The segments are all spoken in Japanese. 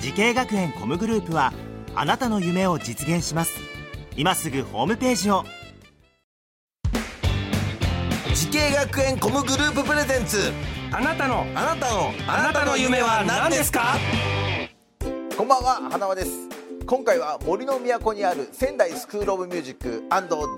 時系学園コムグループはあなたの夢を実現します今すぐホームページを時系学園コムグループプレゼンツあなたのあなたのあなたの夢は何ですかこんばんは花輪です今回は森の都にある仙台スクールオブミュージック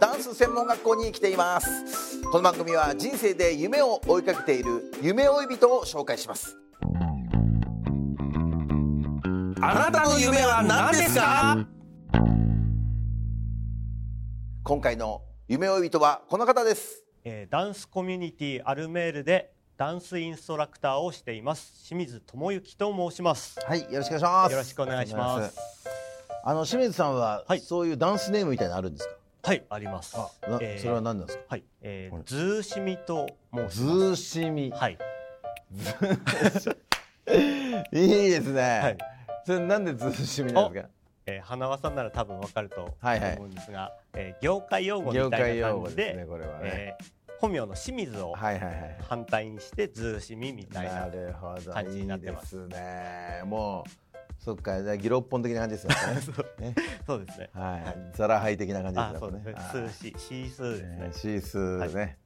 ダンス専門学校に来ていますこの番組は人生で夢を追いかけている夢追い人を紹介しますあなたの夢は何ですか今回の夢追い人はこの方ですえーダンスコミュニティアルメールでダンスインストラクターをしています清水智之と申しますはいよろしくお願いしますよろしくお願いしますあの清水さんは、はいそういうダンスネームみたいなのあるんですはいありますかなえーそれは何なんですかはい、えこれー、ズーシミと申しずますーしみ、はい、い、いですね、はいそれなんでずーしみなんですかえー、花輪さんなら多分わかるとはいはい思うんですが、えー業界用語み業たい界な用感語じでですねこれはね、えー本名の清水をはいはいはい反対にしてズーシミみたいななるほど感じになってますいいですねもうそっかじゃあギロッポン的な感じですよね ねそうですねはいザラハイ的な感じあですそようですねねスーシシースーですねねシースーね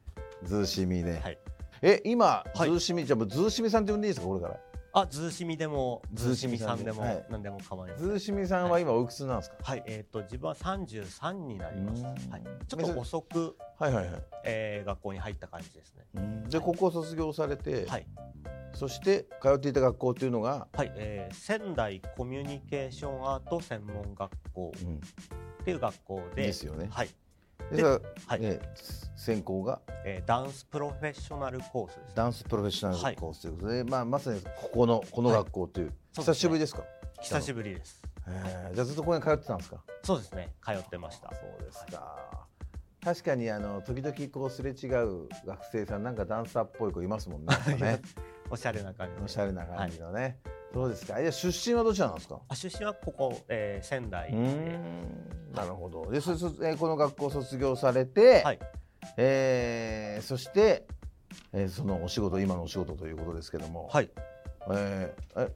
ズーシミねはいえ今ズはいーシミじゃあもうズーシミさんって呼んでいいですかこれからあズーシミでもズズーーシシミミささんんででも、はい何でも構いませんズーシミさんは今おいくつなんですかはい、えっ、と自分は三十三になります。うはーんい、ちょっと遅く、はいはいはいえー、学校に入った感じですね。で高校卒業されてはい、そして通っていた学校というのがはい、えー、仙台コミュニケーションアート専門学校うんっていう学校で、ですよねはい、ででさはいね専攻がえー、ダンスプロフェッショナルコースです、ね。ダンスプロフェッショナルコースということで、まあ、まさにここのこの学校という、そうです久ねしぶりですか久しぶりです。へえじゃあずっとここに通ってたんですかそうですね、通ってました。そうですか、確かにあの時々こうすれ違う学生さんなんかダンサーっぽい子いますも んねなんかねおしゃれな感じで。おしゃれな感じのね、そうですかいや出身はどちらなんですかあ、出身はここ、えー、仙台うーで。んなるほどでそそえーこの学校卒業されて、はいえーそして、えーそのお仕事今のお仕事ということですけども、はい、えー、え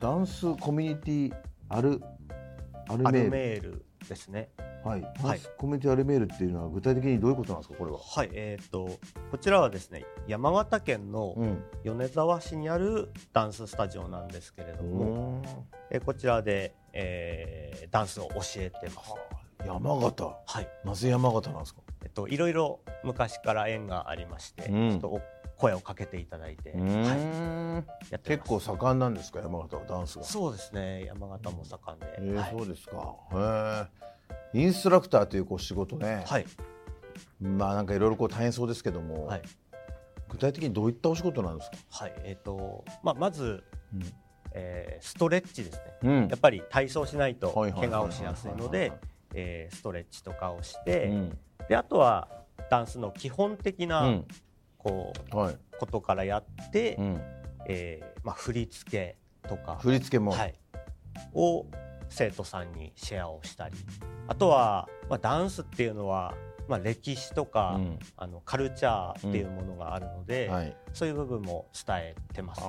ダンスコミュニティアルアルメアルールメールですね。はい、ダンスコミュニティアルメールっていうのは具体的にどういうことなんですかこれは、はい、えっ、と、こちらはですね、山形県の、うん米沢市にあるダンススタジオなんですけれども、えこちらで、えーダンスを教えてます。山形はい。なぜ山形なんですかえっといろいろ昔から縁がありまして、うんちょっとお声をかけていただいて、はい、やってます結構盛んなんですか山形はダンスがそうですね。山形も盛んで、えーはいそうですかへえインストラクターというこう仕事ね、はい、まあなんかいろいろこう大変そうですけども、はい具体的にどういったお仕事なんですか、はいえっ、とまあまず、えーストレッチですね。うんやっぱり体操しないとはいはいは怪いはい我をしやすいので、えーストレッチとかをして、うんであとはダンスの基本的な、うんこうはい、ことからやって、うん、えーまあ、振り付けとか、振り付けも、はい、を生徒さんにシェアをしたりあとは、まあ、ダンスっていうのは、まあ、歴史とか、うんあのカルチャーっていうものがあるので、はいそういう部分も伝えてますね。あ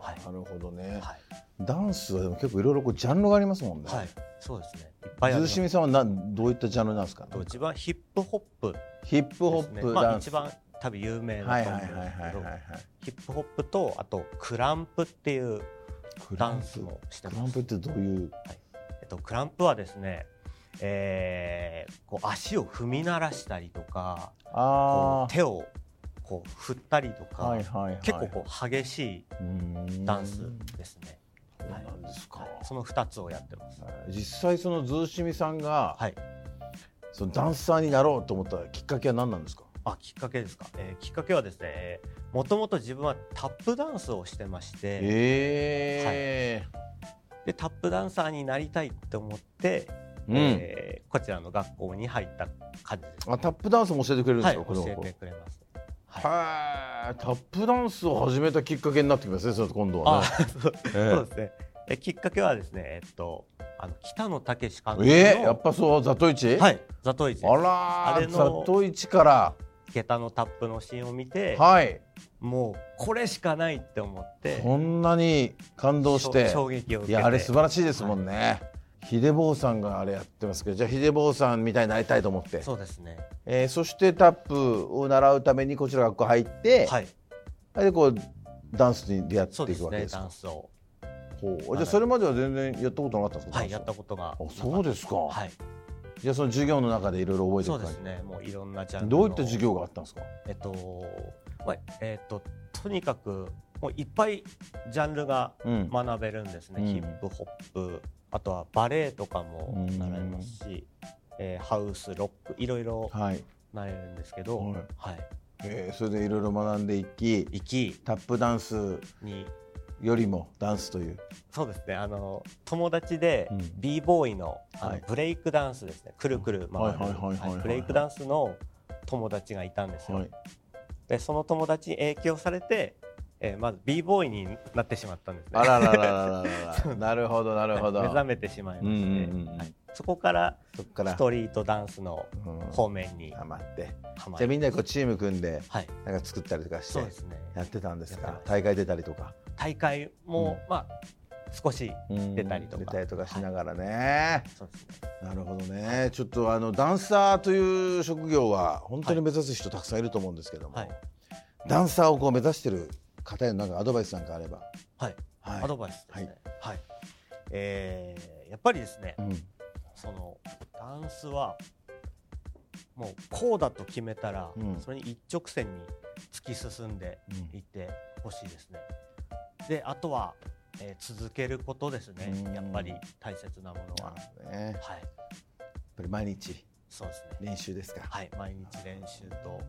はいーなるほどね、はいダンスはでも結構いろいろこうジャンルがありますもんね。はい、そうですね。いっぱいあズーりますシ。ミさんはなんどういったジャンルなんですかあ。と一番ヒップホップでヒップホすッね。プ、まダあンス。一番多分有名はだいとはい思はういんはいですけはいどは、ヒップホップとあとクランプっていうい。ダンスもしてクます。ランプってどういう。えっと、クランプはですね、えーこう足を踏み鳴らしたりとかこあう手をこう振ったりとあ。か、はいはいはい。結構こう激しいーうんダンスですね、そうはいなんですか。その2つをやってます、実際そのズーシミさんが、はい、そのダンサーになろうと思ったきっかけは何なんですか。あきっかけですか、えーきっかけはですねもともと自分はタップダンスをしてまして、ええでタップダンサーになりたいって思って、うんえーこちらの学校に入った感じです、あタップダンスも教えてくれるんではい、すか、この教子えてくれますはいタップダンスを始めたきっかけになってきますねそれと今度はあねそうえ そうですねえきっかけはですねえっとあの北野武監督の、ええやっぱそうザトイチ、はいザトイチですあらーあれのザトイチから下駄のタップのシーンを見て、はいもうこれしかないって思ってこんなに感動してしょ衝撃を受けいてやあれ素晴らしいですもんね、ヒデボウさんがあれやってますけどじゃあヒデボウさんみたいになりたいと思ってそ,、そうですねえーそしてタップを習うためにこちらの学校入って、はいでこうダンスに出会っそうていでくすわけねですダかンスをほうじゃあそれまでは全然やったことなかったんですかはいダやンっスたことがあそうですか、はいじゃあその授業の中でいろいろ覚えていそうくで感すねもういろんなジャじンルどういのった授業があったんですかえっとまあえっととにかくもういっぱいジャンルがうん学べるんですね、うんヒップホップあとはバレエとかもうん習いますし、えーハウスロックいろいろはい、習えるんですけど、はいはい、えーそれでいろいろ学んでいき行きタップダンスによりもダンスというそうですねあの友達でうん b ボーイのあのはいブレイクダンスですねくるくる回るはいはいはいはいはいはいブレイクダンスの友達がいたんですよ、はいでその友達に影響されて、えーまず b ボーイになってしまったんですねあららららら ららなるほどなるほど目覚めてしまいまして、うんうんうんはいそこからそっからストリートダンスのうん方面にハマってハマじゃあり、みんなでこうチーム組んではい、なんか作ったりとかしてそうですねやってたんですやっかてました大会出たりとか大会も、うまあ少しうん出たりとか出たりとかしながらねそうですねなるほどねちょっとあのダンサーという職業は本当に目指す人たくさんいると思うんですけどもはいダンサーをこう目指してる方へのなんかアドバイスなんかあればはいはいアドバイスですねはい、えーやっぱりですね、うんそのダンスはもうこうだと決めたら、うんそれに一直線に突き進んでうんいってほしいですね。であとは、えー続けることですねうんやっぱり大切なものなはる。ほどねやっはいぱり毎日そうですね練習ですかはい毎日練習と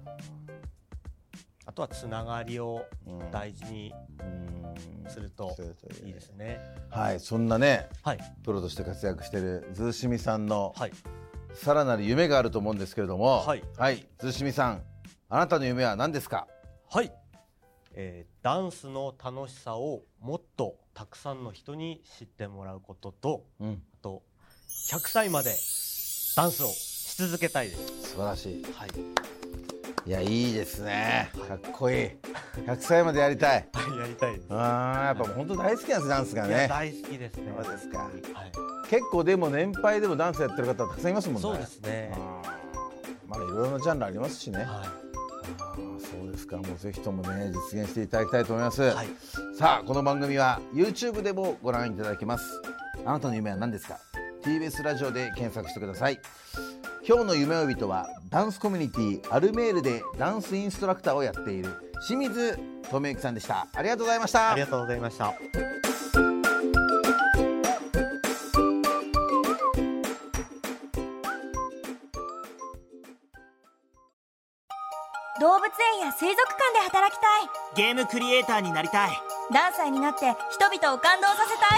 あとはつながりをうん大事にうんするとするといういいですね。はいそんなねはいプロとして活躍しているズーシミさんのはいさらなる夢があると思うんですけれども、はいズーシミさん、あなたの夢は何ですか？はい、えーダンスの楽しさをもっとたくさんの人に知ってもらうこととうん、あと100歳までダンスをし続けたいです。素晴らしい。はい、いやいいですね。かっこいい。100歳までやりたい。やりたいです。ああ、やっぱ本当大好きなんですダンスがいやね。大好きですね。そうですかはい、結構でも年配でもダンスやってる方たくさんいますもんね。そうですね。あー。まだいろいろなジャンルありますしね。はあーそうですか。もうぜひともね実現していただきたいと思います。い、はい、さあこの番組は YouTube でもご覧いただけますあなたの夢は何ですか TBS ラジオで検索してください今日の夢追い人はダンスコミュニティアルメールでダンスインストラクターをやっている清水智之さんでしたありがとうございましたありがとうございました。動物園や水族館で働きたいゲームクリエイターになりたいダンサーになって人々を感動させた